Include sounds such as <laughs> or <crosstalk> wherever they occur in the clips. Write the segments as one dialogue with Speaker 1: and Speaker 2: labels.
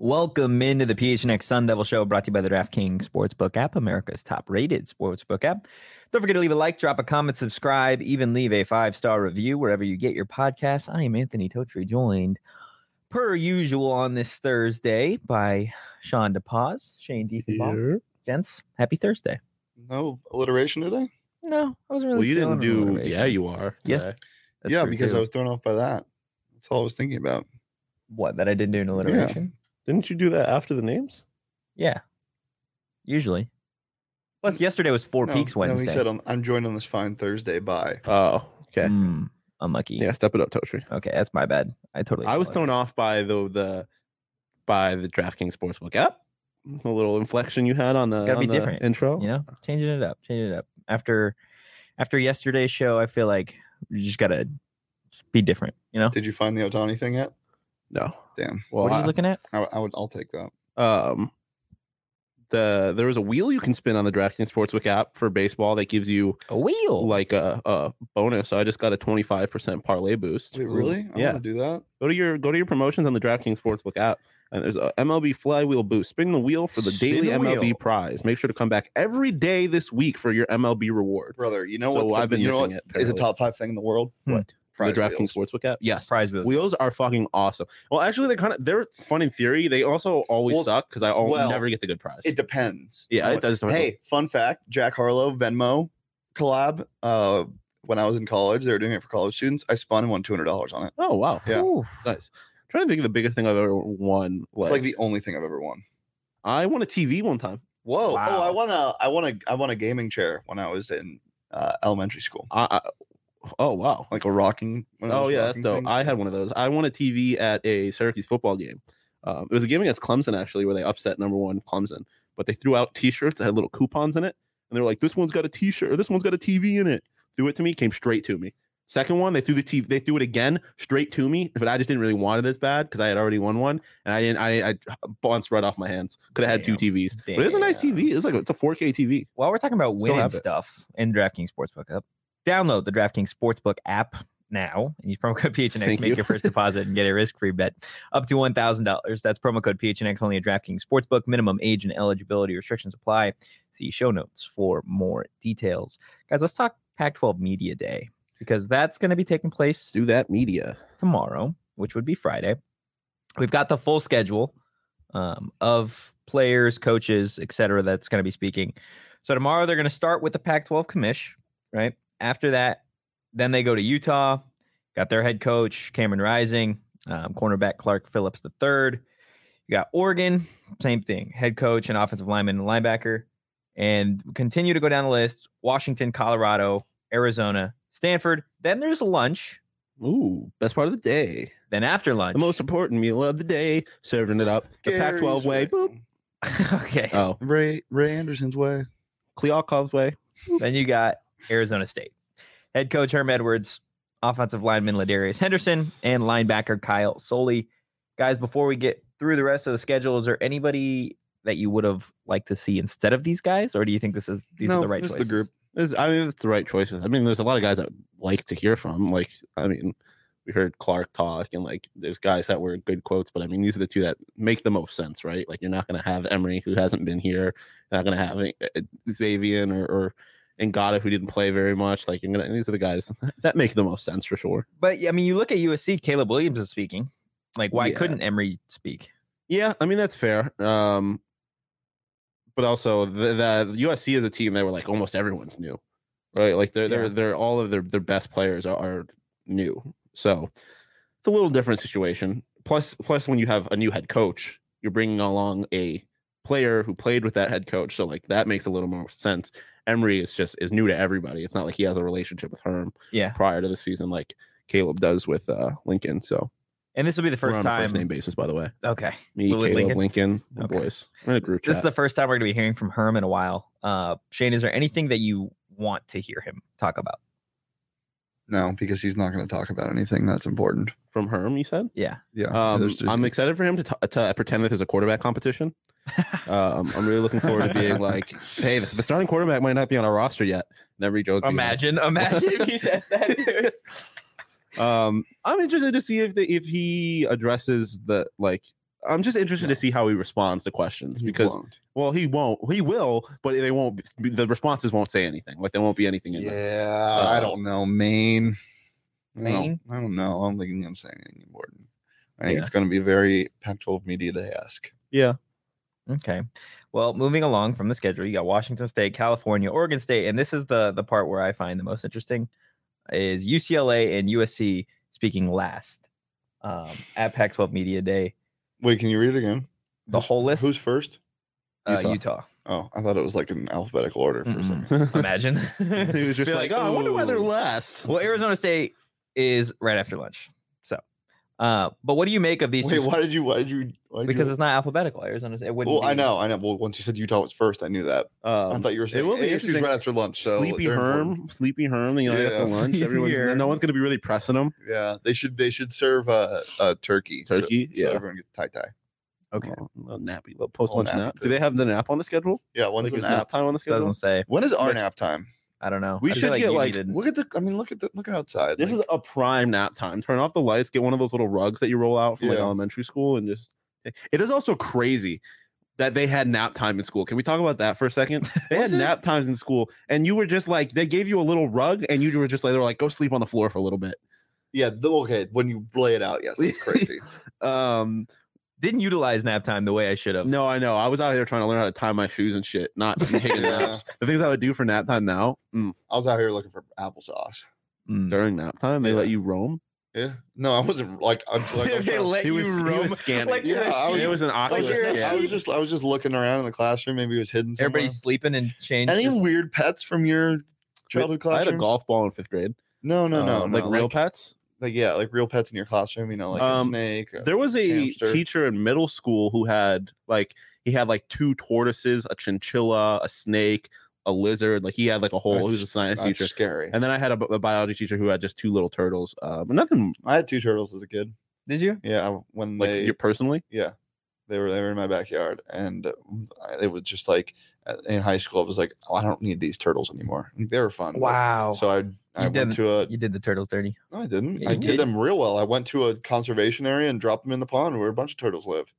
Speaker 1: Welcome into the PHNX Sun Devil Show, brought to you by the DraftKings Sportsbook app, America's top-rated sportsbook app. Don't forget to leave a like, drop a comment, subscribe, even leave a five-star review wherever you get your podcasts. I am Anthony Totri, joined per usual on this Thursday by Sean DePaz, Shane Diefenbaugh. Gents, happy Thursday.
Speaker 2: No alliteration today?
Speaker 1: No, I wasn't really.
Speaker 3: Well, you didn't
Speaker 1: feeling an
Speaker 3: do.
Speaker 1: alliteration.
Speaker 3: Yeah, you are.
Speaker 1: Yes.
Speaker 3: today.
Speaker 1: That's
Speaker 2: yeah,
Speaker 1: true,
Speaker 2: because
Speaker 1: too.
Speaker 2: I was thrown off by that. That's all I was thinking about.
Speaker 1: what that I didn't do an alliteration.
Speaker 3: Didn't you do that after the names?
Speaker 1: Yeah. Usually. Plus, yesterday was Four
Speaker 2: No,
Speaker 1: Peaks Wednesday.
Speaker 2: No, he said on, I'm joined on this fine Thursday by.
Speaker 3: Oh, okay.
Speaker 1: Mm, unlucky.
Speaker 3: Yeah, step it up, Totri.
Speaker 1: Okay, that's my bad. I totally.
Speaker 3: I was thrown
Speaker 1: apologize.
Speaker 3: off by the the by the DraftKings Sportsbook app. The little inflection you had on the,
Speaker 1: Gotta be
Speaker 3: on the
Speaker 1: different,
Speaker 3: intro.
Speaker 1: you know changing it up changing it up after after yesterday's show i feel like you just gotta be different you know
Speaker 2: Did you find the Otani thing yet?
Speaker 3: No.
Speaker 2: Damn.
Speaker 3: Well,
Speaker 1: what are
Speaker 3: I-
Speaker 1: you looking at
Speaker 2: I, I would. I'll take that.
Speaker 3: um the there is a wheel you can spin on the DraftKings Sportsbook app for baseball that gives you
Speaker 1: a wheel
Speaker 3: like a, a bonus. So I just got a 25% parlay boost.
Speaker 2: Wait, really? I
Speaker 3: yeah.
Speaker 2: want to do that.
Speaker 3: Go to your go to your promotions on the DraftKings Sportsbook app, and there's a MLB flywheel boost. Spin the wheel for the
Speaker 1: Spin
Speaker 3: daily
Speaker 1: the
Speaker 3: MLB
Speaker 1: wheel.
Speaker 3: prize. Make sure to come back every day this week for your MLB reward.
Speaker 2: Brother, you know
Speaker 3: So
Speaker 2: what?
Speaker 3: I've been
Speaker 2: you know
Speaker 3: missing
Speaker 2: what
Speaker 3: it,
Speaker 2: Is a
Speaker 3: apparently.
Speaker 2: top five thing in the world?
Speaker 1: Hmm.
Speaker 2: Prize
Speaker 3: the DraftKings
Speaker 2: wheels.
Speaker 3: Sportsbook app. Yes.
Speaker 1: surprise wheels
Speaker 3: Wheels are fucking awesome. Well, actually, they kind of they're fun in theory. They also always
Speaker 2: Well,
Speaker 3: suck because I al-
Speaker 2: well,
Speaker 3: never get the good prize.
Speaker 2: It depends.
Speaker 3: yeah,
Speaker 2: You
Speaker 3: it does.
Speaker 2: know what- Hey, fun fact: Jack Harlow Venmo collab. Uh, when I was in college, they were doing it for college students. I spun and won two hundred dollars on it.
Speaker 3: Oh wow.
Speaker 2: Yeah.
Speaker 1: Ooh.
Speaker 3: Nice. trying to think of the biggest thing I've ever won.
Speaker 2: It's
Speaker 3: Like,
Speaker 2: like the only thing I've ever won.
Speaker 3: I won a TV one time.
Speaker 2: Whoa! Oh, I
Speaker 1: Wow.
Speaker 2: won a, I won a, I won a gaming chair when I was in uh, elementary school,
Speaker 3: I, I oh wow.
Speaker 2: like a rocking. one of
Speaker 3: Oh
Speaker 2: those
Speaker 3: yeah, that's
Speaker 2: rocking
Speaker 3: dope.
Speaker 2: things.
Speaker 3: I had one of those. I won a TV at a Syracuse football game. Um, it was a game against Clemson actually, where they upset number one Clemson. But they threw out T-shirts that had little coupons in it, and they were like, "This one's got a T-shirt, or this one's got a TV in it." Threw it to me, came straight to me. Second one, they threw the TV, they threw it again, straight to me. But I just didn't really want it as bad because I had already won one, and I didn't. I, I bounced right off my hands. Could have had two
Speaker 1: Damn.
Speaker 3: TVs, but it's a nice
Speaker 1: Damn.
Speaker 3: TV. It's like it's a 4K TV.
Speaker 1: while we're talking about
Speaker 3: Still
Speaker 1: winning
Speaker 3: have it.
Speaker 1: stuff in DraftKings Sportsbook app, download the DraftKings Sportsbook app now and use promo code PHNX.
Speaker 3: Thank
Speaker 1: make
Speaker 3: you.
Speaker 1: your
Speaker 3: <laughs>
Speaker 1: first deposit and get a risk-free bet up to one thousand dollars. That's promo code PHNX only at DraftKings Sportsbook. Minimum age and eligibility restrictions apply. See show notes for more details, guys. Let's talk Pac-12 Media Day because that's going to be taking place
Speaker 3: Do that media.
Speaker 1: tomorrow, which would be Friday. We've got the full schedule um, of players, coaches, et cetera, that's going to be speaking. So tomorrow they're going to start with the Pac 12 commish, right? After that, then they go to Utah, got their head coach, Cameron Rising, um, cornerback Clark Phillips III. You got Oregon, same thing, head coach and offensive lineman and linebacker. And continue to go down the list Washington, Colorado, Arizona, Stanford. Then there's lunch.
Speaker 3: Ooh, best part of the day.
Speaker 1: Then after lunch,
Speaker 3: The most important meal of the day, serving it up the
Speaker 2: Gary's
Speaker 3: Pac-12 way. Boop.
Speaker 1: <laughs> okay.
Speaker 3: Oh,
Speaker 2: Ray Ray Anderson's way.
Speaker 3: Kleokov's way.
Speaker 1: Then you got Arizona State. Head coach Herm Edwards, offensive lineman Ladarius Henderson, and linebacker Kyle Soley. Guys, before we get through the rest of the schedule, is there anybody that you would have liked to see instead of these guys, or do you think this is these
Speaker 2: No,
Speaker 1: are the right
Speaker 2: this is the
Speaker 1: choices?
Speaker 2: group.
Speaker 3: This- I mean, that's the right choices. I mean, there's a lot of guys I would like to hear from. Like, I mean, we heard Clark talk and like there's guys that were good quotes, but I mean these are the two that make the most sense, right? Like you're not gonna have Emery who hasn't been here, you're not gonna have uh, Xavier or, or Ngata who didn't play very much. Like you're gonna these are the guys <laughs> that make the most sense for sure.
Speaker 1: But I mean, you look at USC. Caleb Williams is speaking. Like, why
Speaker 3: Yeah.
Speaker 1: couldn't Emery speak?
Speaker 3: Yeah, I mean that's fair. Um, but also the, the USC is a team that were like almost everyone's new, right? Like they're
Speaker 1: Yeah.
Speaker 3: they're they're all of their their best players are, are new, so it's a little different situation. Plus plus when you have a new head coach, you're bringing along a player who played with that head coach, so like that makes a little more sense. Emery is just is new to everybody. It's not like he has a relationship with Herm
Speaker 1: Yeah.
Speaker 3: prior to the season like Caleb does with uh, Lincoln. So
Speaker 1: And this will be the
Speaker 3: we're
Speaker 1: first
Speaker 3: on a
Speaker 1: time.
Speaker 3: first name basis, by the way.
Speaker 1: Okay.
Speaker 3: Me,
Speaker 1: Will it
Speaker 3: Caleb,
Speaker 1: Lincoln?
Speaker 3: Lincoln, the
Speaker 1: Okay.
Speaker 3: boys. We're in a group
Speaker 1: This is
Speaker 3: chat.
Speaker 1: the first time we're going to be hearing from Herm in a while. Uh, Shane, is there anything that you want to hear him talk about?
Speaker 2: No, because he's not going to talk about anything that's important.
Speaker 3: From Herm, you said?
Speaker 1: Yeah.
Speaker 2: Yeah,
Speaker 3: Um,
Speaker 2: there's- there's-
Speaker 3: I'm excited for him to, t- to pretend that there's a quarterback competition. Um, I'm really looking forward to being <laughs> like, hey, the, the starting quarterback might not be on our roster yet. Never Jones. being like,
Speaker 1: imagine, imagine if he says that. dude.
Speaker 3: um, I'm interested to see if the, if he addresses the like. I'm just interested to see how he responds to questions
Speaker 2: he
Speaker 3: because
Speaker 2: won't.
Speaker 3: well he won't he will but they won't be- the responses won't say anything like there won't be anything in uh, there.
Speaker 2: yeah, I don't know, Maine. I don't-
Speaker 1: Maine?
Speaker 2: I don't know. I don't think I'm saying anything important. I think
Speaker 3: Yeah.
Speaker 2: it's going to be very Pac-12 media day esque.
Speaker 3: yeah
Speaker 1: <laughs> Okay. Well, moving along from the schedule, you got Washington State, California, Oregon State, and this is the the part where I find the most interesting is UCLA and USC speaking last um, at Pac-12 Media Day.
Speaker 2: Wait, can you read it again?
Speaker 1: The whole list,
Speaker 2: Who's first?
Speaker 1: uh,
Speaker 3: Utah.
Speaker 1: Utah.
Speaker 2: Oh, I thought it was like in alphabetical order for a second.
Speaker 3: <laughs>
Speaker 1: <laughs> Imagine
Speaker 3: he was just
Speaker 1: Be
Speaker 3: like, oh, I wonder why they're
Speaker 1: "Ooh."
Speaker 3: last.
Speaker 1: Well, Arizona State is right after lunch. So, uh, but what do you make of these?
Speaker 2: Wait,
Speaker 1: two-
Speaker 2: why did you? Why did you? Why did
Speaker 1: because
Speaker 2: you,
Speaker 1: it's not alphabetical. Arizona State. It wouldn't
Speaker 2: well, I
Speaker 1: be-
Speaker 2: know, I know. Well, once you said Utah was first, I knew that. I
Speaker 3: Um,
Speaker 2: thought you were saying
Speaker 3: will be
Speaker 2: ASU's
Speaker 3: interesting.
Speaker 2: right after lunch. So
Speaker 3: sleepy
Speaker 2: they're
Speaker 3: Herm,
Speaker 2: important.
Speaker 3: sleepy Herm. You know, yeah,
Speaker 2: Yeah.
Speaker 3: after lunch,
Speaker 1: Sleepy
Speaker 3: everyone's
Speaker 1: Herm.
Speaker 3: no one's gonna be really pressing him.
Speaker 2: Yeah, they should. They should serve uh, uh turkey. so-
Speaker 3: Turkey?
Speaker 2: So,
Speaker 3: Yeah.
Speaker 2: everyone gets tie tie.
Speaker 1: Okay.
Speaker 3: Oh, little nappy, little post lunch
Speaker 2: nappy
Speaker 3: nap. Do
Speaker 2: bit.
Speaker 3: they have the nap on the schedule?
Speaker 2: Yeah,
Speaker 3: Like
Speaker 2: one's an
Speaker 3: is
Speaker 2: app.
Speaker 3: nap time on the schedule.
Speaker 1: Doesn't say.
Speaker 2: When is our
Speaker 3: Next-
Speaker 2: nap time?
Speaker 1: I don't know.
Speaker 3: We
Speaker 1: I feel
Speaker 3: should get,
Speaker 1: you
Speaker 3: like,
Speaker 1: needed-
Speaker 2: Look at the. I mean, look at the. Look at outside.
Speaker 3: This is
Speaker 2: like,
Speaker 3: a prime nap time. Turn off the lights. Get one of those little rugs that you roll out from like
Speaker 2: Yeah.
Speaker 3: elementary school, and just. eh, It is also crazy that they had nap time in school. Can we talk about that for a
Speaker 2: <laughs>
Speaker 3: second? They had
Speaker 2: Was it?
Speaker 3: nap times in school, and you were just like they gave you a little rug, and you were just like they were like go sleep on the floor for a little bit.
Speaker 2: yeah. The, okay, when you lay it out, yes,
Speaker 3: <laughs>
Speaker 2: it's crazy.
Speaker 3: Um,
Speaker 1: didn't utilize nap time the way I should have.
Speaker 3: No, I know. I was out here trying to learn how to tie my shoes and shit, not taking
Speaker 2: Yeah.
Speaker 3: naps. The things I would do for nap time now, mm,
Speaker 2: I was out here looking for applesauce.
Speaker 1: Mm.
Speaker 3: during nap time, they let
Speaker 2: Yeah.
Speaker 3: you roam.
Speaker 2: Yeah. No, I wasn't like.
Speaker 3: <laughs>
Speaker 2: I'm, like, I'm trying-
Speaker 1: let
Speaker 3: He was, he
Speaker 2: <laughs>
Speaker 3: was scanning.
Speaker 1: like
Speaker 2: you're a Yeah, I was- sheep.
Speaker 3: it was an
Speaker 2: I
Speaker 3: awkward
Speaker 2: was, just, I
Speaker 3: scan.
Speaker 2: was just I was just looking around in the classroom. Maybe it was hidden. Somewhere.
Speaker 1: Everybody's sleeping and changed.
Speaker 2: any
Speaker 1: just-
Speaker 2: weird pets from your childhood
Speaker 3: I
Speaker 2: classroom?
Speaker 3: had a golf ball in fifth grade.
Speaker 2: No, no, no,
Speaker 3: Um,
Speaker 2: no.
Speaker 3: like real pets.
Speaker 2: like yeah, like real pets in your classroom. You know, like
Speaker 3: Um,
Speaker 2: a snake. a-
Speaker 3: There was a
Speaker 2: hamster.
Speaker 3: teacher in middle school who had like he had like two tortoises, a chinchilla, a snake, a lizard. Like he had like a whole. he was a
Speaker 2: That's-
Speaker 3: science
Speaker 2: That's
Speaker 3: teacher.
Speaker 2: scary.
Speaker 3: And then I had a, bi- a biology teacher who had just two little turtles. Uh, but nothing
Speaker 2: I had two turtles as a kid.
Speaker 1: Did you?
Speaker 2: Yeah, I- when
Speaker 3: like
Speaker 2: they
Speaker 3: you personally.
Speaker 2: yeah, they were they were in my backyard, and uh, I- it was just like at- in high school. I was like, oh, I don't need these turtles anymore. Like, they were fun. but-
Speaker 1: Wow.
Speaker 2: So I I
Speaker 1: didn't-
Speaker 2: went to a
Speaker 1: you did the turtles dirty.
Speaker 2: no, I didn't.
Speaker 1: Yeah,
Speaker 2: I
Speaker 1: you
Speaker 2: did,
Speaker 1: did.
Speaker 2: them real well. I went to a conservation area and dropped them in the pond where a bunch of turtles live.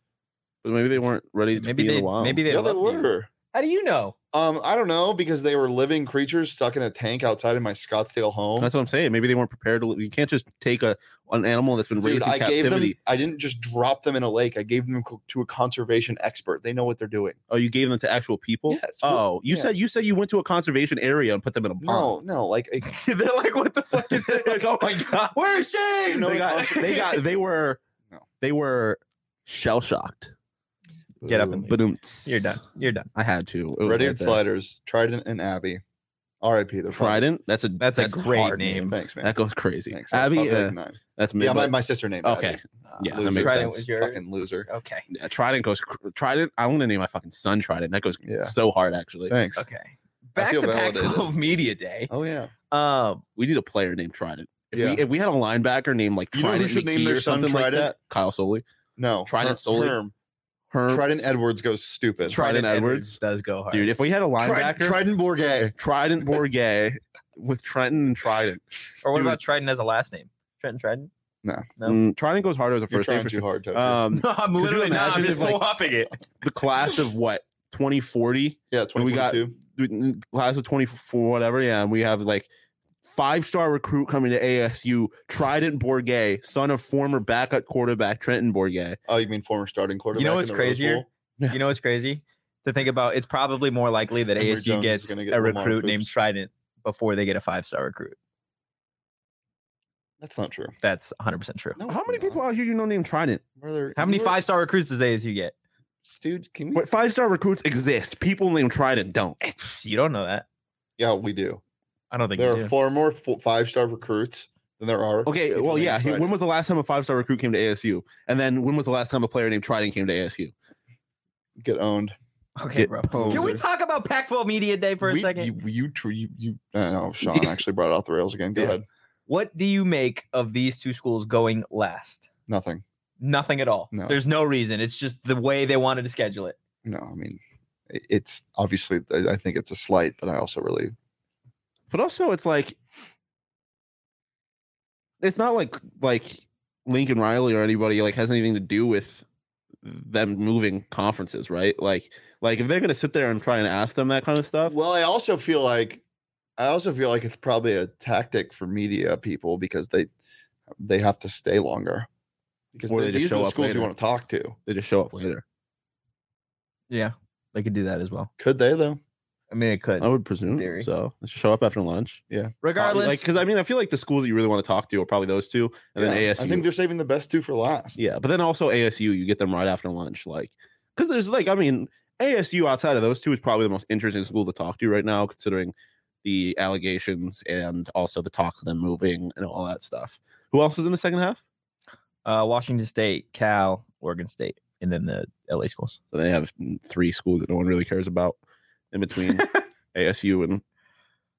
Speaker 3: But maybe they weren't ready to
Speaker 1: Maybe
Speaker 3: be in
Speaker 1: they.
Speaker 3: the wild.
Speaker 1: Maybe they.
Speaker 2: Yeah, they
Speaker 1: loved you.
Speaker 2: were.
Speaker 1: How do you know?
Speaker 2: Um, I don't know because they were living creatures stuck in a tank outside of my Scottsdale home.
Speaker 3: That's what I'm saying. Maybe they weren't prepared to. li- You can't just take a an animal that's been
Speaker 2: Dude,
Speaker 3: raised in
Speaker 2: I gave them.
Speaker 3: captivity.
Speaker 2: I didn't just drop them in a lake. I gave them co- to a conservation expert. They know what they're doing.
Speaker 3: oh, you gave them to actual people.
Speaker 2: Yes, well,
Speaker 3: Oh, you
Speaker 2: yeah.
Speaker 3: said you said you went to a conservation area and put them in a pond.
Speaker 2: No, no, like
Speaker 3: <laughs>
Speaker 2: a-
Speaker 1: They're like, what the fuck <laughs> is this?
Speaker 3: Like, oh my god,
Speaker 1: Where's Shane?
Speaker 2: No,
Speaker 3: they got <laughs>
Speaker 2: conser-
Speaker 3: they got
Speaker 2: <laughs>
Speaker 3: they were
Speaker 2: No.
Speaker 3: they were shell shocked.
Speaker 1: Get up and
Speaker 2: Ooh.
Speaker 3: But um,
Speaker 1: You're done. You're done.
Speaker 3: I had to. It was
Speaker 2: Ready
Speaker 3: right
Speaker 2: and
Speaker 3: there.
Speaker 2: sliders, Trident and Abby. R.I.P. They're funny.
Speaker 3: Trident. That's a
Speaker 1: That's a great
Speaker 3: hard
Speaker 1: name.
Speaker 2: Thanks, man.
Speaker 3: That goes crazy.
Speaker 2: Thanks. I was
Speaker 3: Abby.
Speaker 2: probably like
Speaker 3: Uh,
Speaker 2: nine.
Speaker 3: that's
Speaker 2: Yeah, my,
Speaker 3: Midwest.
Speaker 2: my sister named.
Speaker 3: Okay.
Speaker 2: Abby.
Speaker 3: Yeah, that
Speaker 2: Loser.
Speaker 3: makes
Speaker 1: Trident
Speaker 3: sense.
Speaker 1: was your
Speaker 2: Fucking loser.
Speaker 1: okay.
Speaker 3: Yeah, Trident goes. cr- Trident. I want to name my fucking son Trident. That goes
Speaker 2: Yeah.
Speaker 3: so hard. Actually,
Speaker 2: Thanks.
Speaker 1: Okay. Back
Speaker 2: feel
Speaker 1: to
Speaker 2: validated.
Speaker 1: Pac-12 Media Day.
Speaker 2: Oh yeah.
Speaker 1: Um,
Speaker 3: we need a player named Trident. If,
Speaker 2: Yeah.
Speaker 3: we, if we had a linebacker named like
Speaker 2: You know who
Speaker 3: Trident
Speaker 2: should name
Speaker 3: McKee
Speaker 2: their
Speaker 3: or
Speaker 2: son
Speaker 3: something like
Speaker 2: Trident?
Speaker 3: that, Kyle Soley,
Speaker 2: No.
Speaker 3: Trident
Speaker 2: Her-
Speaker 3: solely-
Speaker 2: Herm.
Speaker 3: Herm,
Speaker 2: Trident
Speaker 3: S-
Speaker 2: Edwards goes stupid.
Speaker 3: Tri- Trident Edwards.
Speaker 1: does go hard.
Speaker 3: dude. If we had a
Speaker 2: Trident,
Speaker 3: linebacker, Trident,
Speaker 2: Trident Bourget. <laughs>
Speaker 3: Bourget with Trenton and Trident,
Speaker 1: or what
Speaker 3: dude.
Speaker 1: about Trident as a last name? Trenton Trident. No.
Speaker 3: Mm, trying to go as hard as a
Speaker 2: You're
Speaker 3: first day
Speaker 2: trying
Speaker 3: for
Speaker 2: too
Speaker 3: sure.
Speaker 2: hard, Toad. <laughs>
Speaker 3: Um,
Speaker 4: No, I'm
Speaker 3: Could you
Speaker 4: literally not. I'm
Speaker 3: imagine
Speaker 4: just
Speaker 3: if, like-
Speaker 4: swapping it.
Speaker 3: the class of what 2040
Speaker 2: yeah,
Speaker 3: when we got-
Speaker 2: 2022.
Speaker 3: dude, class of 24 whatever yeah and we have like five star recruit coming to asu trident borgay son of former backup quarterback trenton borgay
Speaker 2: Oh, you mean former starting quarterback?
Speaker 1: know
Speaker 2: in
Speaker 1: what's
Speaker 2: the Rose
Speaker 1: crazier?
Speaker 2: Bowl?
Speaker 1: <laughs>
Speaker 3: Yeah.
Speaker 1: You know what's crazy? To think about, it's probably more likely that
Speaker 2: Emory Jones
Speaker 1: ASU
Speaker 2: is
Speaker 1: gets
Speaker 2: gonna get
Speaker 1: a
Speaker 2: Lamar
Speaker 1: recruit named
Speaker 2: Coops.
Speaker 1: Trident before they get a five star recruit.
Speaker 2: That's not true.
Speaker 1: That's 100% true.
Speaker 2: No,
Speaker 3: how
Speaker 2: it's
Speaker 3: many
Speaker 2: not.
Speaker 3: people out here you know named trident
Speaker 2: Were there-
Speaker 1: How many
Speaker 2: you were-
Speaker 1: five star recruits does ASU get?
Speaker 2: Dude, can we?
Speaker 3: what five star recruits exist people named trident don't
Speaker 1: You don't know that.
Speaker 2: Yeah, we do.
Speaker 1: I don't think
Speaker 2: There
Speaker 1: you
Speaker 2: are
Speaker 1: do.
Speaker 2: far more five star recruits than there are.
Speaker 3: okay
Speaker 2: people
Speaker 3: well
Speaker 2: named
Speaker 3: yeah he-
Speaker 2: Trident.
Speaker 3: when was the last time a five star recruit came to asu and then when was the last time a player named trident came to asu
Speaker 2: get owned
Speaker 1: okay,
Speaker 3: Get
Speaker 1: bro.
Speaker 3: posed.
Speaker 1: Can we talk about Pac 12 Media Day for a
Speaker 2: We-
Speaker 1: second?
Speaker 2: You, you, tr- you, you I don't
Speaker 3: <laughs>
Speaker 2: know. Sean actually brought it off the rails again. Go
Speaker 3: Yeah.
Speaker 2: ahead.
Speaker 1: What do you make of these two schools going last?
Speaker 2: Nothing.
Speaker 1: Nothing at all.
Speaker 2: No.
Speaker 1: There's no reason. It's just the way they wanted to schedule it.
Speaker 2: No, I mean, i- it's obviously. I I think it's a slight, but I also really.
Speaker 3: but also it's like it's not like like Lincoln Riley or anybody like has anything to do with them moving conferences, right? Like like if they're gonna sit there and try and ask them that kind of stuff,
Speaker 2: Well, I also feel like, I also feel like it's probably a tactic for media people because they, they have to stay longer. Because
Speaker 3: Or
Speaker 2: they,
Speaker 3: they just
Speaker 2: these are
Speaker 3: show
Speaker 2: the
Speaker 3: up
Speaker 2: schools
Speaker 3: later.
Speaker 2: you want to talk to.
Speaker 3: they just show up later.
Speaker 1: Yeah. They could do that as well.
Speaker 2: Could they though?
Speaker 1: I mean, it could.
Speaker 3: I would presume
Speaker 1: Theory.
Speaker 3: so. They should show up after lunch. Probably,
Speaker 1: Regardless,
Speaker 3: like because I mean I feel like the schools that you really want to talk to are probably those two, and then
Speaker 2: Yeah,
Speaker 3: ASU.
Speaker 2: I think they're saving the best two for last.
Speaker 3: yeah, but then also ASU, you get them right after lunch, like because there's like I mean ASU outside of those two is probably the most interesting school to talk to right now, considering the allegations and also the talk of them moving and all that stuff. Who else is in the second half?
Speaker 1: uh, Washington State, Cal, Oregon State, and then the LA schools.
Speaker 3: So they have three schools that no one really cares about in between ASU and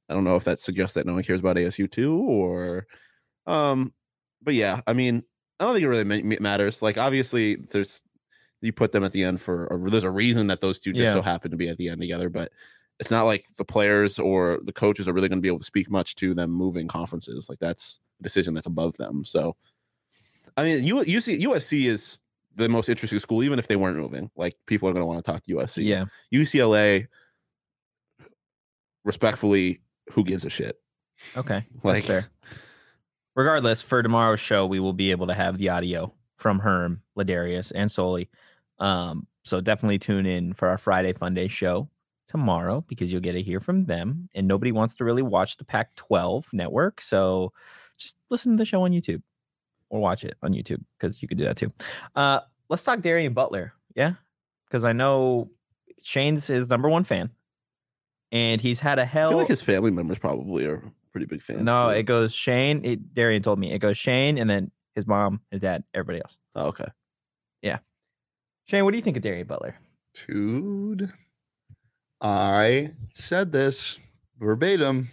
Speaker 3: I don't know if that suggests that no one cares about ASU too or um but yeah, I mean, I don't think it really ma- ma- matters. Like obviously there's you put them at the end for or there's a reason that those two just
Speaker 1: Yeah.
Speaker 3: so happen to be at the end together, but it's not like the players or the coaches are really going to be able to speak much to them moving conferences. Like that's a decision that's above them. So I mean, U- UC, USC is the most interesting school, even if they weren't moving. Like people are going to want to talk to USC.
Speaker 1: Yeah.
Speaker 3: UCLA, respectfully, who gives a shit?
Speaker 1: Okay.
Speaker 3: Like,
Speaker 1: That's fair. Regardless, for tomorrow's show, we will be able to have the audio from Herm, Ladarius, and Soli. Um, so definitely tune in for our Friday Fun Day show tomorrow because you'll get to hear from them. And nobody wants to really watch the Pac 12 network. So just listen to the show on YouTube or watch it on YouTube because you could do that too. Uh, let's talk Darian Butler. Yeah. Because I know Shane's his number one fan and he's had a
Speaker 3: I
Speaker 1: hell
Speaker 3: feel like his family members probably are pretty big fans.
Speaker 1: no,
Speaker 3: too.
Speaker 1: it goes Shane. It, Darian told me it goes Shane, and then his mom, his dad, everybody else.
Speaker 3: oh, okay.
Speaker 1: Shane, what do you think of Darian Butler?
Speaker 2: Dude, I said this verbatim.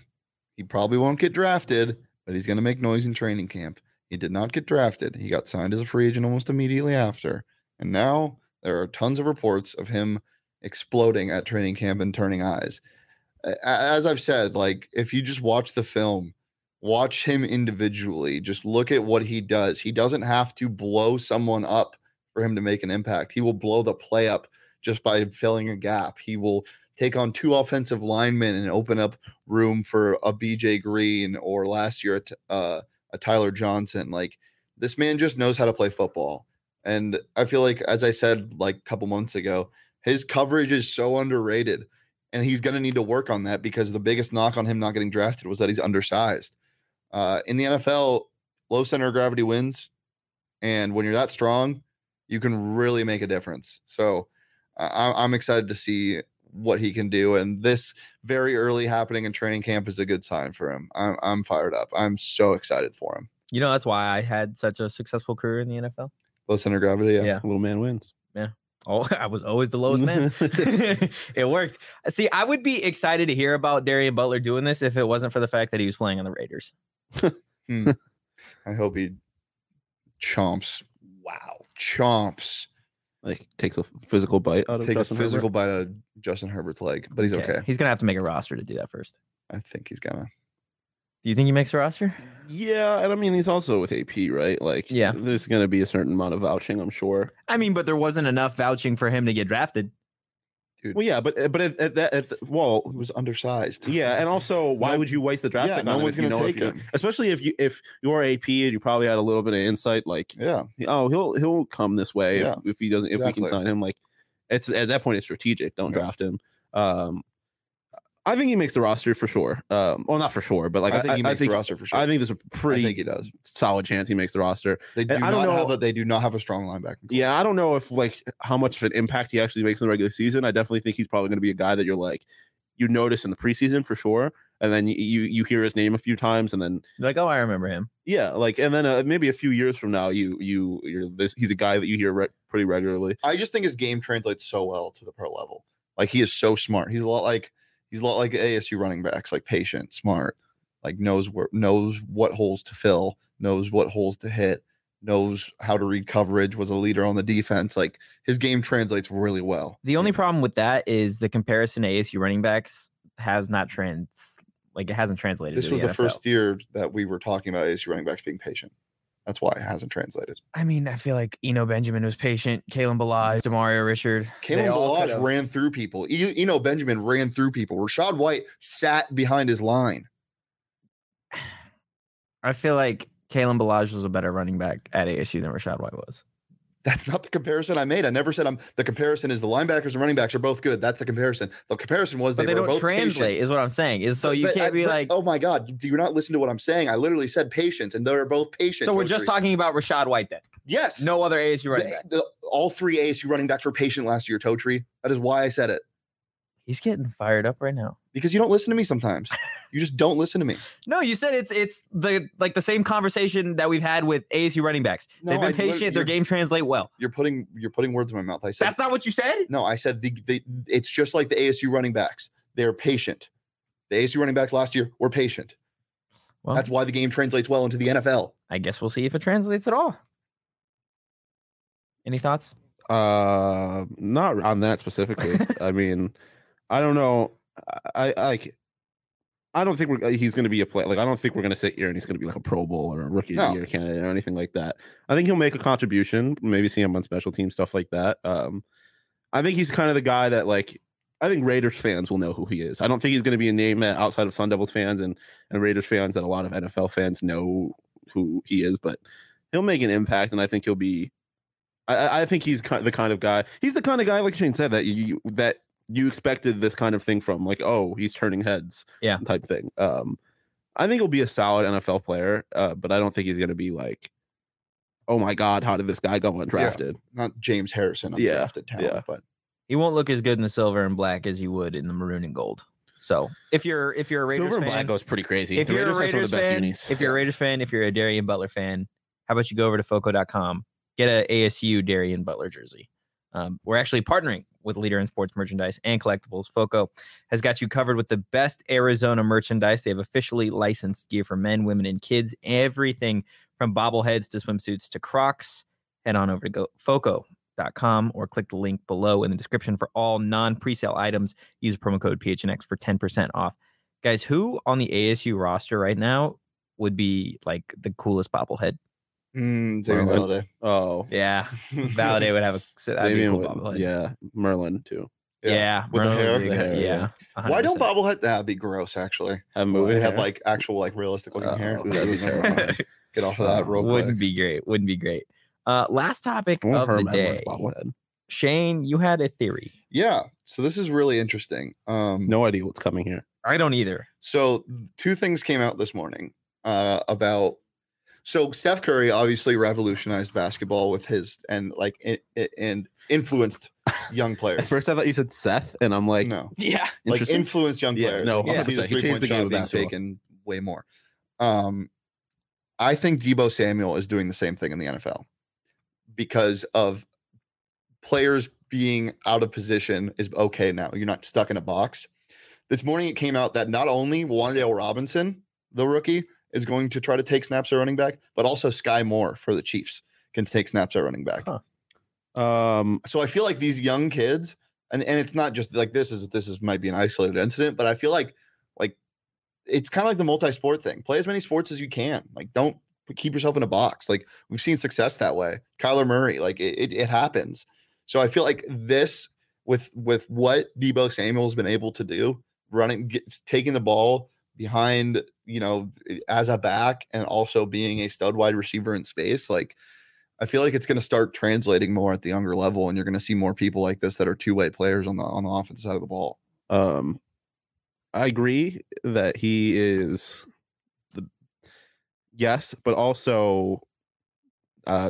Speaker 2: He probably won't get drafted, but he's going to make noise in training camp. He did not get drafted. He got signed as a free agent almost immediately after. And now there are tons of reports of him exploding at training camp and turning eyes. A- As I've said, like if you just watch the film, watch him individually, just look at what he does. He doesn't have to blow someone up for him to make an impact. He will blow the play up just by filling a gap. He will take on two offensive linemen and open up room for a BJ Green or last year a, uh, a Tyler Johnson. Like this man just knows how to play football. And I feel like, as I said like a couple months ago, his coverage is so underrated. And he's going to need to work on that because the biggest knock on him not getting drafted was that he's undersized. Uh, in the NFL, low center of gravity wins. And when you're that strong, you can really make a difference. So, I- I'm excited to see what he can do. And this very early happening in training camp is a good sign for him. I'm, I'm fired up. I'm so excited for him.
Speaker 1: You know, that's why I had such a successful career in the NFL.
Speaker 2: Low center of gravity. Yeah.
Speaker 1: Yeah.
Speaker 3: Little man wins.
Speaker 1: Oh, <laughs> I was always the lowest
Speaker 2: <laughs>
Speaker 1: man. <laughs> it worked. See, I would be excited to hear about Darian Butler doing this if it wasn't for the fact that he was playing on the Raiders.
Speaker 2: I hope he chomps,
Speaker 1: Wow.
Speaker 2: chomps,
Speaker 3: Like takes a physical bite out of
Speaker 2: take
Speaker 3: Justin
Speaker 2: a
Speaker 3: Herbert.
Speaker 2: physical bite out of Justin Herbert's leg, but he's okay.
Speaker 1: He's gonna have to make a roster to do that first.
Speaker 2: I think he's gonna.
Speaker 1: Do you think he makes the roster?
Speaker 3: Yeah, and I mean he's also with AP, right? Like,
Speaker 1: Yeah.
Speaker 3: there's going to be a certain amount of vouching, I'm sure.
Speaker 1: I mean, but there wasn't enough vouching for him to get drafted.
Speaker 3: Well, yeah, but but at, at that at the, well,
Speaker 2: He was undersized.
Speaker 3: yeah,
Speaker 2: <laughs>
Speaker 3: and also why
Speaker 2: No-
Speaker 3: would you waste the draft
Speaker 2: yeah,
Speaker 3: pick
Speaker 2: no
Speaker 3: on him
Speaker 2: one's
Speaker 3: if you
Speaker 2: gonna
Speaker 3: know if
Speaker 2: take
Speaker 3: you-
Speaker 2: him.
Speaker 3: Especially if you if you're AP and you probably had a little bit of insight, like
Speaker 2: Yeah.
Speaker 3: oh he'll he'll come this way
Speaker 2: Yeah,
Speaker 3: if, if he doesn't if we
Speaker 2: exactly.
Speaker 3: can sign him like it's at that point it's strategic don't
Speaker 2: Yeah.
Speaker 3: draft him um i think he makes the roster for sure um well not for sure but like
Speaker 2: I think he makes
Speaker 3: I think,
Speaker 2: the roster for sure.
Speaker 3: I think there's a
Speaker 2: I think
Speaker 3: pretty
Speaker 2: he does.
Speaker 3: solid chance he makes the roster
Speaker 2: They do
Speaker 3: I
Speaker 2: not
Speaker 3: don't
Speaker 2: have
Speaker 3: know-
Speaker 2: a they do not have a strong linebacking. core.
Speaker 3: yeah i don't know if like how much of an impact he actually makes in the regular season i definitely think he's probably going to be a guy that you're like you notice in the preseason for sure and then you you, you hear his name a few times and then
Speaker 1: Like, oh, I remember him.
Speaker 3: yeah like and then uh, maybe a few years from now you you you're this he's a guy that you hear re- pretty regularly
Speaker 2: I just think his game translates so well to the pro level. Like he is so smart. He's a lot like he's a lot like ASU running backs, like patient, smart, like knows where knows what holes to fill, knows what holes to hit, knows how to read coverage, was a leader on the defense. Like his game translates really well.
Speaker 1: The only problem with that is the comparison to ASU running backs has not trans like it hasn't translated.
Speaker 2: This
Speaker 1: to
Speaker 2: was the
Speaker 1: NFL.
Speaker 2: first year that we were talking about ASU running backs being patient. That's why it hasn't translated.
Speaker 1: I mean, I feel like Eno Benjamin was patient. Kalen Balaj, Demario Richard.
Speaker 2: Kalen
Speaker 1: all could
Speaker 2: Balaj
Speaker 1: have-
Speaker 2: ran through people. E- Eno Benjamin ran through people. Rashad White sat behind his line.
Speaker 1: I feel like Kalen Balaj was a better running back at ASU than Rashad White was.
Speaker 2: That's not the comparison I made. I never said I'm. The comparison is the linebackers and running backs are both good. That's the comparison. The comparison was
Speaker 1: But they,
Speaker 2: were
Speaker 1: don't
Speaker 2: both patient.
Speaker 1: translate, is what I'm saying. Is so
Speaker 2: But-
Speaker 1: you
Speaker 2: but
Speaker 1: can't
Speaker 2: I-
Speaker 1: be
Speaker 2: but-
Speaker 1: like.
Speaker 2: oh my god, do you not listen to what I'm saying? I literally said patience, and they're both patient.
Speaker 1: so we're just
Speaker 2: Otri.
Speaker 1: talking about Rashad White then.
Speaker 2: Yes.
Speaker 1: No other ASU running
Speaker 2: The-
Speaker 1: back.
Speaker 2: the- all three ASU running backs were patient last year, Totri. That is why I said it
Speaker 1: He's getting fired up right now.
Speaker 2: because you don't listen to me sometimes. you just don't listen to me.
Speaker 1: No, you said it's it's the like the same conversation that we've had with ASU running backs.
Speaker 2: No,
Speaker 1: They've
Speaker 2: I
Speaker 1: been
Speaker 2: literally-
Speaker 1: patient. Their
Speaker 2: you're-
Speaker 1: game translate well.
Speaker 2: You're putting you're putting words in my mouth. I said
Speaker 1: That's not what you said.
Speaker 2: No, I said the, the it's just like the ASU running backs. They're patient. The ASU running backs last year were patient.
Speaker 1: Well,
Speaker 2: That's why the game translates well into the NFL.
Speaker 1: I guess we'll see if it translates at all. Any thoughts?
Speaker 3: Uh, not on that specifically. I mean, I don't know. I I- like. I don't think we're, uh, he's going to be a play. Like, I don't think we're going to sit here and he's going to be like a Pro Bowl or a Rookie of
Speaker 2: No.
Speaker 3: the Year candidate or anything like that. I think he'll make a contribution. Maybe see him on special team stuff like that. Um, I think he's kind of the guy that like. I think Raiders fans will know who he is. I don't think he's going to be a name that outside of Sun Devils fans and and Raiders fans that a lot of NFL fans know who he is, but he'll make an impact, and I think he'll be. I- I, I think he's ki- the kind of guy. He's the kind of guy, like Shane said, that you that you expected this kind of thing from, like, oh, he's turning heads,
Speaker 1: Yeah.
Speaker 3: type thing. Um, I think he'll be a solid NFL player, uh, but I don't think he's going to be like, oh my god, how did this guy go undrafted?
Speaker 2: Not James Harrison, undrafted
Speaker 3: Yeah,
Speaker 2: talent,
Speaker 3: yeah.
Speaker 2: but
Speaker 1: He won't look as good in the silver and black as he would in the maroon and gold. So if you're if you're a Raiders
Speaker 3: Silver and
Speaker 1: fan,
Speaker 3: black goes pretty crazy.
Speaker 1: if
Speaker 3: The
Speaker 1: you're a
Speaker 3: have some
Speaker 1: Raiders
Speaker 3: of the best
Speaker 1: fan,
Speaker 3: unis.
Speaker 1: if you're a Raiders fan, if you're a Darian Butler fan, how about you go over to Foco.com, get a ASU Darian Butler jersey. Um, we're actually partnering with Leader in Sports Merchandise and Collectibles. Foco has got you covered with the best Arizona merchandise. They have officially licensed gear for men, women, and kids. Everything from bobbleheads to swimsuits to Crocs. Head on over to go Foco.com or click the link below in the description for all non-presale items. Use promo code PHNX for 10% off guys, who on the ASU roster right now would be like the coolest bobblehead?
Speaker 2: mm, Xavier
Speaker 3: Well,
Speaker 2: Valade.
Speaker 3: oh,
Speaker 1: <laughs> Yeah, Valade would have a so that'd be a
Speaker 3: Damian
Speaker 1: cool
Speaker 3: would-
Speaker 1: bobblehead.
Speaker 3: yeah, Merlin too.
Speaker 1: yeah,
Speaker 2: with the
Speaker 1: Merlin would
Speaker 2: hair.
Speaker 1: be
Speaker 3: The
Speaker 1: good,
Speaker 3: hair,
Speaker 1: yeah. 100%.
Speaker 2: <laughs> Why don't bobblehead? That'd be gross. Actually,
Speaker 3: Have
Speaker 2: Ooh, they
Speaker 3: moving
Speaker 2: had
Speaker 3: hair.
Speaker 2: like actual, like realistic looking hair.
Speaker 3: Oh, that'd be terrifying.
Speaker 1: <laughs>
Speaker 3: Uh,
Speaker 2: Get off of that real quick.
Speaker 1: Wouldn't be great. Wouldn't be great. Uh, last topic
Speaker 3: I want
Speaker 1: of the
Speaker 3: Herm Edwards
Speaker 1: day.
Speaker 3: bobblehead.
Speaker 1: Shane, you had a theory.
Speaker 2: Yeah. So this is really interesting. Um,
Speaker 3: No idea what's coming here.
Speaker 1: I don't either.
Speaker 2: So two things came out this morning uh, about. So Steph Curry obviously revolutionized basketball with his and like i- i- and influenced
Speaker 3: <laughs>
Speaker 2: young players.
Speaker 3: At first, I thought you said Seth, and I'm like,
Speaker 2: no,
Speaker 1: <laughs> Yeah,
Speaker 2: like
Speaker 3: interesting.
Speaker 2: influenced young
Speaker 3: Yeah,
Speaker 2: players.
Speaker 3: no,
Speaker 2: You can see
Speaker 3: 100%. He
Speaker 2: the
Speaker 3: changed
Speaker 2: three point
Speaker 3: the game
Speaker 2: shot
Speaker 3: of
Speaker 2: being
Speaker 3: basketball.
Speaker 2: taken way more. Um, I think Debo Samuel is doing the same thing in the NFL because of players being out of position is okay now. You're not stuck in a box. This morning it came out that not only Wandale Robinson, the rookie, is going to try to take snaps at running back, but also Sky Moore for the Chiefs can take snaps at running back.
Speaker 1: Huh.
Speaker 3: um,
Speaker 2: So I feel like these young kids, and, and it's not just like this is this is might be an isolated incident, but I feel like like it's kind of like the multi-sport thing. Play as many sports as you can. Like, don't keep yourself in a box. Like we've seen success that way. Kyler Murray, like it, it, it happens. So I feel like this with with what Debo Samuel's been able to do, running, get, taking the ball behind, you know, as a back, and also being a stud wide receiver in space, like. I feel like it's going to start translating more at the younger level, and you're going to see more people like this that are two way players on the on the offense side of the ball.
Speaker 3: Um, I agree that he is yes, but also uh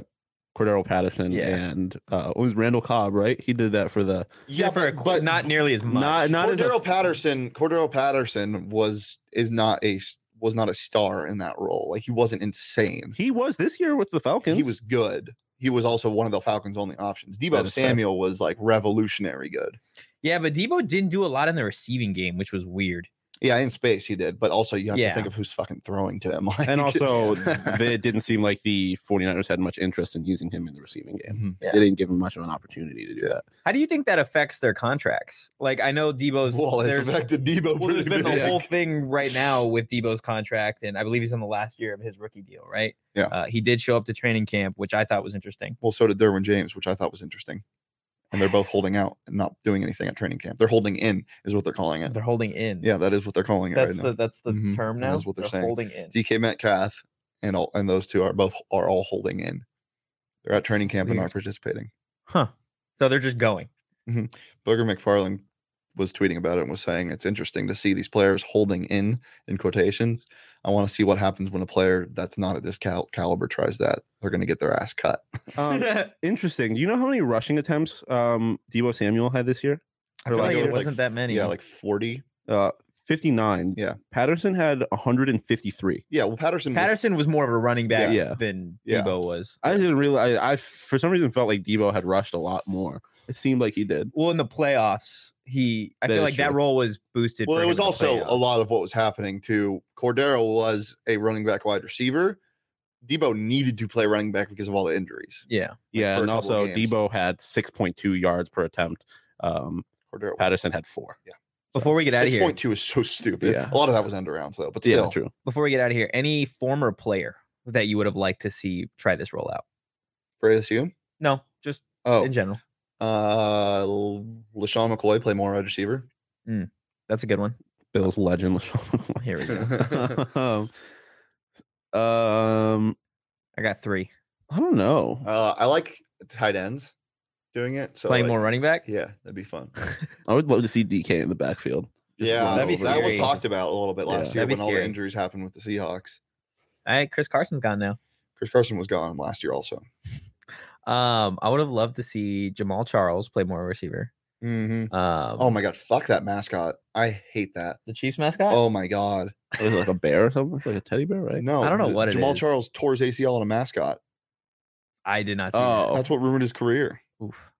Speaker 3: Cordero Patterson
Speaker 1: Yeah.
Speaker 3: and uh what was Randall Cobb, right? He did that for the
Speaker 1: yeah, for a, qu- not nearly as much.
Speaker 3: not not as a-
Speaker 2: Cordero Patterson. Cordero Patterson was is not a s- was not a star in that role. Like he wasn't insane.
Speaker 3: he was this year with the Falcons.
Speaker 2: He was good. He was also one of the Falcons' only options.
Speaker 3: That
Speaker 2: Debo
Speaker 3: is fair.
Speaker 2: Samuel was like revolutionary good.
Speaker 1: yeah, but Debo didn't do a lot in the receiving game, which was weird.
Speaker 2: Yeah, in space he did, but also you have
Speaker 1: Yeah.
Speaker 2: to think of who's fucking throwing to him. <laughs>
Speaker 3: <laughs>
Speaker 2: Like,
Speaker 3: and also they it didn't seem like the 49ers had much interest in using him in the receiving game.
Speaker 2: Mhm.
Speaker 1: Yeah.
Speaker 3: They didn't give him much of an opportunity to do that.
Speaker 1: How do you think that affects their contracts? Like I know Debo's
Speaker 2: well, it's
Speaker 1: there's-
Speaker 2: affected
Speaker 1: <laughs>
Speaker 2: Debo.
Speaker 1: well, there's
Speaker 2: pretty
Speaker 1: been the
Speaker 2: big.
Speaker 1: whole thing right now with Debo's contract, and I believe he's on the last year of his rookie deal, right?
Speaker 2: Yeah.
Speaker 1: Uh, he did show up to training camp, which I thought was interesting.
Speaker 2: Well, so did Derwin James, which I thought was interesting. And they're both <sighs> holding out and not doing anything at training camp. They're holding in, is what they're calling it.
Speaker 1: They're holding in.
Speaker 2: Yeah, that is what they're calling it
Speaker 1: That's
Speaker 2: right
Speaker 1: the
Speaker 2: now.
Speaker 1: that's the
Speaker 2: Mhm.
Speaker 1: term
Speaker 2: That
Speaker 1: now.
Speaker 2: is what they're saying.
Speaker 1: holding in.
Speaker 2: DK Metcalf and all and those two are both are all holding in. They're at training camp and
Speaker 1: Weird.
Speaker 2: not participating.
Speaker 1: Huh. So they're just going.
Speaker 2: Booger McFarland was tweeting about it and was saying it's interesting to see these players holding in in quotations. I want to see what happens when a player that's not at this cal- caliber tries that. They're going to get their ass cut.
Speaker 1: <laughs>
Speaker 3: Um, interesting. Do you know how many rushing attempts um Debo Samuel had this year?
Speaker 2: I
Speaker 3: Or
Speaker 2: feel
Speaker 1: like
Speaker 2: it
Speaker 1: it
Speaker 2: was
Speaker 1: wasn't that many.
Speaker 2: Yeah, like 40.
Speaker 3: Uh 59.
Speaker 2: Yeah.
Speaker 3: Patterson had 153.
Speaker 2: Yeah, well Patterson was-
Speaker 1: Patterson was more of a running back
Speaker 3: Yeah.
Speaker 1: than
Speaker 2: Yeah.
Speaker 1: Debo was.
Speaker 3: I didn't realize. I, I for some reason felt like Debo had rushed a lot more. It seemed like he did.
Speaker 1: Well, in the playoffs, he I
Speaker 3: That
Speaker 1: feel
Speaker 3: is
Speaker 1: like that
Speaker 3: true.
Speaker 1: role was boosted.
Speaker 2: Well,
Speaker 1: for
Speaker 2: it
Speaker 1: him
Speaker 2: was
Speaker 1: in the
Speaker 2: also a
Speaker 1: playoffs.
Speaker 2: lot of what was happening too. Cordero was a running back wide receiver. Debo needed to play running back because of all the injuries.
Speaker 1: Yeah.
Speaker 3: yeah,
Speaker 2: for a
Speaker 3: and
Speaker 2: couple
Speaker 3: also
Speaker 2: games.
Speaker 3: Debo had 6.2 yards per attempt. Um,
Speaker 2: Cordero was
Speaker 3: Patterson had four.
Speaker 1: Before we get out of here,
Speaker 2: 6.2 is so stupid.
Speaker 3: Yeah.
Speaker 2: A lot of that was end arounds though, but still.
Speaker 3: yeah, true.
Speaker 1: before we get out of here, any former player that you would have liked to see try this rollout?
Speaker 2: For ASU.
Speaker 1: No, just
Speaker 2: Oh,
Speaker 1: in general.
Speaker 2: uh, LaShawn McCoy play more
Speaker 1: <laughs>
Speaker 2: wide receiver.
Speaker 1: That's a good one.
Speaker 3: Bills legend. <laughs> LaShawn McCoy.
Speaker 1: Here we go.
Speaker 2: Uh,
Speaker 3: um, um,
Speaker 1: I got three.
Speaker 3: I don't know.
Speaker 2: Uh, I like tight ends doing it. So
Speaker 1: Playing
Speaker 2: like,
Speaker 1: more running back.
Speaker 2: Yeah, that'd
Speaker 1: <laughs>
Speaker 2: be fun.
Speaker 3: I would love to see DK in the backfield. Just
Speaker 2: yeah,
Speaker 3: run
Speaker 2: that'd be
Speaker 3: over
Speaker 2: that was
Speaker 1: scary.
Speaker 2: talked about a little bit last
Speaker 3: Yeah.
Speaker 2: year
Speaker 1: That'd be
Speaker 2: when all the
Speaker 1: scary.
Speaker 2: injuries happened with the Seahawks.
Speaker 1: All right, Chris Carson's gone now.
Speaker 2: Chris Carson was gone last year also.
Speaker 1: Um, I would have loved to see Jamal Charles play more receiver.
Speaker 2: Mm-hmm.
Speaker 1: Um,
Speaker 2: Oh my god, fuck that mascot. I hate that.
Speaker 1: the Chiefs mascot.
Speaker 2: Oh my god.
Speaker 3: What is it, like a bear or something? It's like a teddy bear, right?
Speaker 2: No,
Speaker 1: I don't know
Speaker 2: th-
Speaker 1: what it
Speaker 2: Jamal
Speaker 1: is.
Speaker 2: Charles tore his ACL on a mascot.
Speaker 1: I did not. See
Speaker 3: Oh,
Speaker 2: That's what ruined his career.
Speaker 1: That. Oof.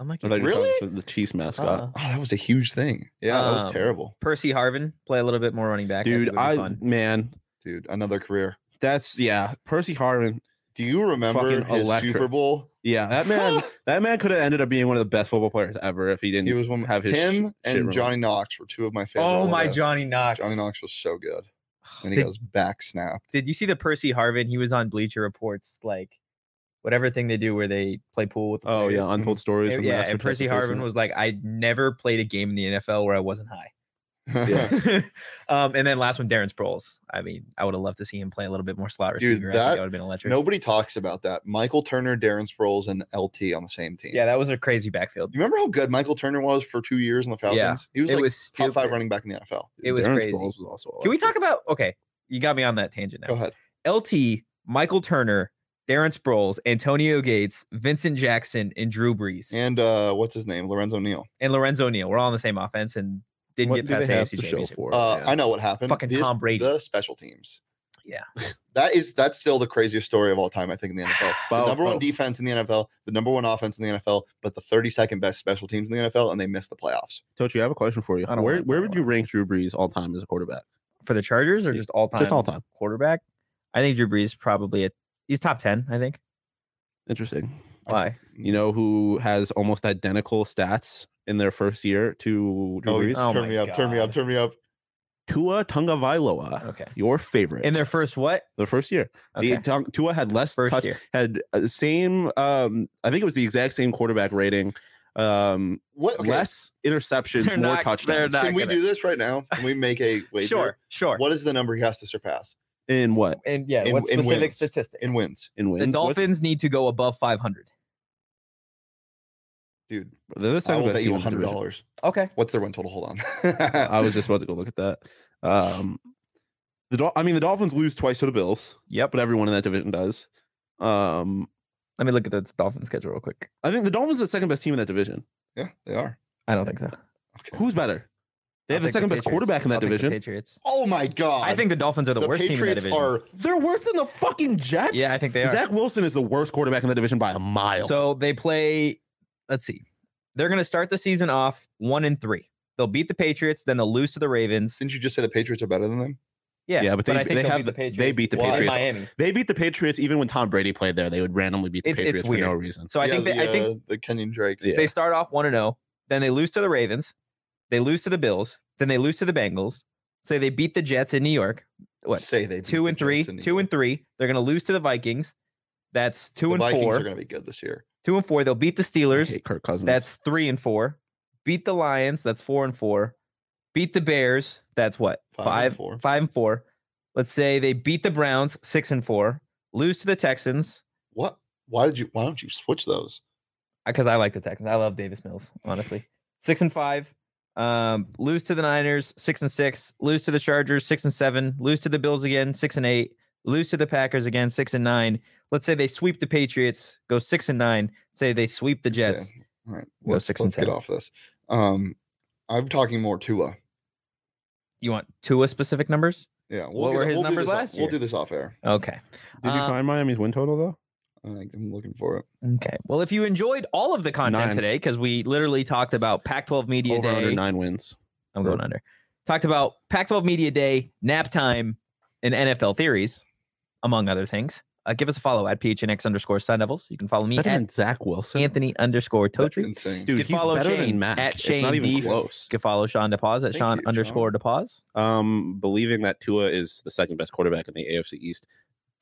Speaker 1: Unlucky.
Speaker 3: I thought you were
Speaker 2: Really?
Speaker 3: talking about The Chiefs mascot.
Speaker 1: Uh,
Speaker 2: Oh, that was a huge thing. Yeah, that
Speaker 1: Um,
Speaker 2: was terrible,
Speaker 1: Percy Harvin play a little bit more running back.
Speaker 3: Dude,
Speaker 1: think would be
Speaker 3: I
Speaker 1: fun.
Speaker 3: man,
Speaker 2: dude. Another career.
Speaker 3: that's yeah. Percy Harvin.
Speaker 2: Do you remember
Speaker 3: Fucking
Speaker 2: his
Speaker 3: electric.
Speaker 2: Super Bowl?
Speaker 3: Yeah, that
Speaker 2: <laughs>
Speaker 3: man. that man could have ended up being one of the best football players ever if he didn't
Speaker 2: He was one.
Speaker 3: have his sh-
Speaker 2: him
Speaker 3: shit
Speaker 2: and
Speaker 3: removed.
Speaker 2: Johnny Knox were two of my favorite.
Speaker 1: Oh my
Speaker 2: OFs.
Speaker 1: Johnny Knox. <sighs>
Speaker 2: Johnny Knox was so good, and he
Speaker 1: Did,
Speaker 2: got his back snapped.
Speaker 1: did you see the Percy Harvin? He was on Bleacher Reports, like whatever thing they do where they play pool with. The
Speaker 3: Oh yeah,
Speaker 1: players.
Speaker 3: untold stories.
Speaker 1: And-
Speaker 3: from
Speaker 1: yeah,
Speaker 3: Master
Speaker 1: and
Speaker 3: Chef
Speaker 1: Percy
Speaker 3: the Face
Speaker 1: Harvin
Speaker 3: Off.
Speaker 1: was like, I never played a game in the NFL where I wasn't high.
Speaker 3: Yeah.
Speaker 1: <laughs> um, and then last one, Darren Sproles. I mean, I would have loved to see him play a little bit more slot
Speaker 2: Dude,
Speaker 1: receiver. I think
Speaker 2: that-
Speaker 1: that would have been electric.
Speaker 2: <laughs> Nobody talks about that. Michael Turner, Darren Sproles, and LT on the same team.
Speaker 1: Yeah, that was a crazy backfield.
Speaker 2: You remember how good Michael Turner was for two years on the Falcons? He was
Speaker 1: it
Speaker 2: like
Speaker 1: was
Speaker 2: top five
Speaker 1: stupid.
Speaker 2: running back in the NFL.
Speaker 1: It was
Speaker 3: Darren
Speaker 1: crazy.
Speaker 3: Sproles was also
Speaker 1: Can we
Speaker 3: electric.
Speaker 1: talk about? Okay, you got me on that tangent
Speaker 2: Go
Speaker 1: now.
Speaker 2: ahead.
Speaker 1: LT, Michael Turner, Darren Sproles, Antonio Gates, Vincent Jackson, and Drew Brees
Speaker 2: And uh, what's his name? Lorenzo Neal.
Speaker 1: and Lorenzo Neal. We're all on the same offense and didn't
Speaker 3: What
Speaker 1: get
Speaker 3: do they
Speaker 1: past the
Speaker 3: have
Speaker 1: AFC
Speaker 3: to show
Speaker 1: Championship.
Speaker 3: for it,
Speaker 2: Uh,
Speaker 3: man?
Speaker 2: I know what happened.
Speaker 1: Fucking
Speaker 2: This-
Speaker 1: Tom Brady.
Speaker 2: The special teams.
Speaker 1: Yeah.
Speaker 2: <laughs> That is that's still the craziest story of all time, I think, in
Speaker 1: <sighs>
Speaker 2: the NFL.
Speaker 3: Bo-
Speaker 2: the number
Speaker 3: Bo-
Speaker 2: one defense in the NFL, the number one offense in the NFL, but the 32nd best special teams in the NFL, and they missed the playoffs.
Speaker 3: Tochi, I have a question for you.
Speaker 1: I don't
Speaker 3: Where
Speaker 1: wanna
Speaker 3: where
Speaker 1: talk
Speaker 3: would
Speaker 1: about
Speaker 3: you rank Drew Brees all time as a quarterback?
Speaker 1: For the Chargers or
Speaker 3: Yeah,
Speaker 1: just all time?
Speaker 3: Just all time.
Speaker 1: quarterback. I think Drew Brees probably a, he's top ten. I think.
Speaker 3: Interesting.
Speaker 2: Oh.
Speaker 1: Why?
Speaker 3: You know who has almost identical stats in their first year to Drew
Speaker 2: Oh,
Speaker 3: Brees?
Speaker 2: turn
Speaker 1: my
Speaker 2: me up, turn me up,
Speaker 1: God.
Speaker 2: turn me up.
Speaker 3: Tua Tungavailoa,
Speaker 1: Okay.
Speaker 3: your favorite.
Speaker 1: In their first what?
Speaker 3: the first year,
Speaker 1: Okay.
Speaker 3: the Tung- Tua had less
Speaker 1: first
Speaker 3: touch,
Speaker 1: year.
Speaker 3: had uh, same. Um, I think it was the exact same quarterback rating. Um,
Speaker 2: What? Okay.
Speaker 3: less interceptions,
Speaker 1: They're
Speaker 3: more
Speaker 1: not- they're
Speaker 3: touchdowns.
Speaker 1: not-
Speaker 2: Can we
Speaker 1: gonna-
Speaker 2: do this right now? Can we make
Speaker 1: <laughs>
Speaker 2: a wager?
Speaker 1: Sure, sure.
Speaker 2: What is the number he has to surpass
Speaker 3: in what?
Speaker 1: and yeah,
Speaker 2: in-
Speaker 1: what
Speaker 2: in
Speaker 1: specific
Speaker 2: wins.
Speaker 1: statistic?
Speaker 2: in wins,
Speaker 3: In wins?
Speaker 1: the
Speaker 3: What's-
Speaker 1: Dolphins need to go above 500.
Speaker 2: dude?
Speaker 3: They're the
Speaker 2: I
Speaker 3: second
Speaker 2: will
Speaker 3: best
Speaker 2: bet you
Speaker 3: team in the
Speaker 2: hundred
Speaker 3: division.
Speaker 2: dollars.
Speaker 1: Okay.
Speaker 2: What's their win total? Hold on.
Speaker 3: I
Speaker 2: <laughs>
Speaker 3: was just about to go look at that. Um, the Dol- I mean, the Dolphins lose twice to the Bills,
Speaker 1: Yep.
Speaker 3: but everyone in that division does. Um,
Speaker 1: Let me look at the Dolphins schedule real quick.
Speaker 3: I think the Dolphins are the second best team in that division.
Speaker 2: yeah, they are.
Speaker 1: I don't think so.
Speaker 2: Okay.
Speaker 3: Who's better?
Speaker 1: I'll
Speaker 3: They have the
Speaker 1: take
Speaker 3: second best
Speaker 1: Patriots.
Speaker 3: quarterback in that
Speaker 1: I'll take the
Speaker 3: division.
Speaker 1: Patriots.
Speaker 2: Oh my god!
Speaker 1: I think the Dolphins are the, worst
Speaker 2: Patriots
Speaker 1: team in that division.
Speaker 2: are.
Speaker 3: They're worse than the fucking Jets.
Speaker 1: yeah, I think they are.
Speaker 3: Zach Wilson is the worst quarterback in that division by a mile.
Speaker 1: So they play. Let's see. They're going to start the season off one and three. They'll beat the Patriots, then they'll lose to the Ravens.
Speaker 2: Didn't you just say the Patriots are better than them?
Speaker 1: Yeah,
Speaker 3: Yeah, but they- they
Speaker 1: they'll
Speaker 3: have
Speaker 1: beat
Speaker 3: the- they beat the
Speaker 1: in
Speaker 2: Patriots.
Speaker 1: Miami.
Speaker 3: they beat the Patriots even when Tom Brady played there. They would randomly beat the
Speaker 1: It's- it's
Speaker 3: Patriots for no
Speaker 1: weird.
Speaker 3: reason.
Speaker 1: So I
Speaker 2: yeah,
Speaker 1: think
Speaker 2: the,
Speaker 1: they, I think
Speaker 2: uh, the Kenyon Drake.
Speaker 3: Yeah.
Speaker 1: they start off one and zero. Then they lose to the Ravens. They lose to the Bills. Then they lose to the Bengals. Say they beat the Jets in New York. What
Speaker 2: Say they beat
Speaker 1: two
Speaker 2: the
Speaker 1: and three?
Speaker 2: Jets in New
Speaker 1: Two and
Speaker 2: York.
Speaker 1: three. They're going to lose to the Vikings. That's two
Speaker 2: The
Speaker 1: and
Speaker 2: Vikings
Speaker 1: four.
Speaker 2: are going to be good this year.
Speaker 1: Two and four. They'll beat the
Speaker 3: I
Speaker 1: Steelers.
Speaker 3: hate Kirk Cousins.
Speaker 1: That's three and four. Beat the Lions. That's four and four. Beat the Bears. That's what
Speaker 2: Five and four.
Speaker 1: Five and four. Let's say they beat the Browns. Six and four. Lose to the Texans
Speaker 2: What? Why did you? Why don't you switch those?
Speaker 1: because I like the Texans. I love Davis Mills. Honestly, six and five. Um, lose to the Niners. Six and six. Lose to the Chargers. Six and seven. Lose to the Bills again. Six and eight. Lose to the Packers again. Six and nine. Let's say they sweep the Patriots. Go six and nine. Say they sweep the
Speaker 2: Yeah.
Speaker 1: Jets.
Speaker 2: All right.
Speaker 1: Go
Speaker 2: Let's,
Speaker 1: six and
Speaker 2: let's get
Speaker 1: ten.
Speaker 2: off this. Um, I'm talking more Tua.
Speaker 1: You want Tua specific numbers?
Speaker 2: Yeah. We'll
Speaker 1: What
Speaker 2: get-
Speaker 1: were his
Speaker 2: we'll do
Speaker 1: numbers
Speaker 2: this off-
Speaker 1: last year?
Speaker 2: We'll do this off air.
Speaker 1: Okay.
Speaker 3: Did you
Speaker 1: uh,
Speaker 3: find Miami's win total though?
Speaker 2: I think I'm looking for it.
Speaker 1: Okay. Well, if you enjoyed all of the content
Speaker 3: Nine.
Speaker 1: today, because we literally talked about Pac 12 Media
Speaker 3: Over under
Speaker 1: Day.
Speaker 3: nine wins.
Speaker 1: I'm going under. Talked about Pac 12 Media Day, nap time, and NFL theories, among other things. Uh, give us a follow at PHNX underscore Sun Devils. You can follow me
Speaker 3: Better
Speaker 1: at
Speaker 3: than Zach Wilson.
Speaker 1: Anthony underscore
Speaker 2: That's
Speaker 1: Totri. You
Speaker 2: insane.
Speaker 3: Dude,
Speaker 1: can
Speaker 3: he's
Speaker 1: follow
Speaker 3: better
Speaker 1: Shane
Speaker 3: than Mac.
Speaker 1: at
Speaker 3: it's
Speaker 1: Shane
Speaker 3: not even
Speaker 1: D.
Speaker 3: close.
Speaker 1: can follow Sean DePause at
Speaker 2: Thank
Speaker 1: Sean
Speaker 2: you,
Speaker 1: underscore DePause.
Speaker 3: Um, believing that Tua is the second best quarterback in the AFC East,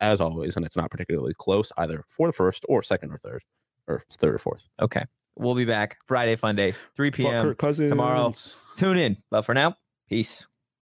Speaker 3: as always, and it's not particularly close either for the first or second or third or third or fourth.
Speaker 1: Okay. We'll be back Friday, Fun Day, 3
Speaker 3: Fuck
Speaker 1: p.m.
Speaker 3: Kirk Cousins
Speaker 1: tomorrow. Tune in. But for now, peace.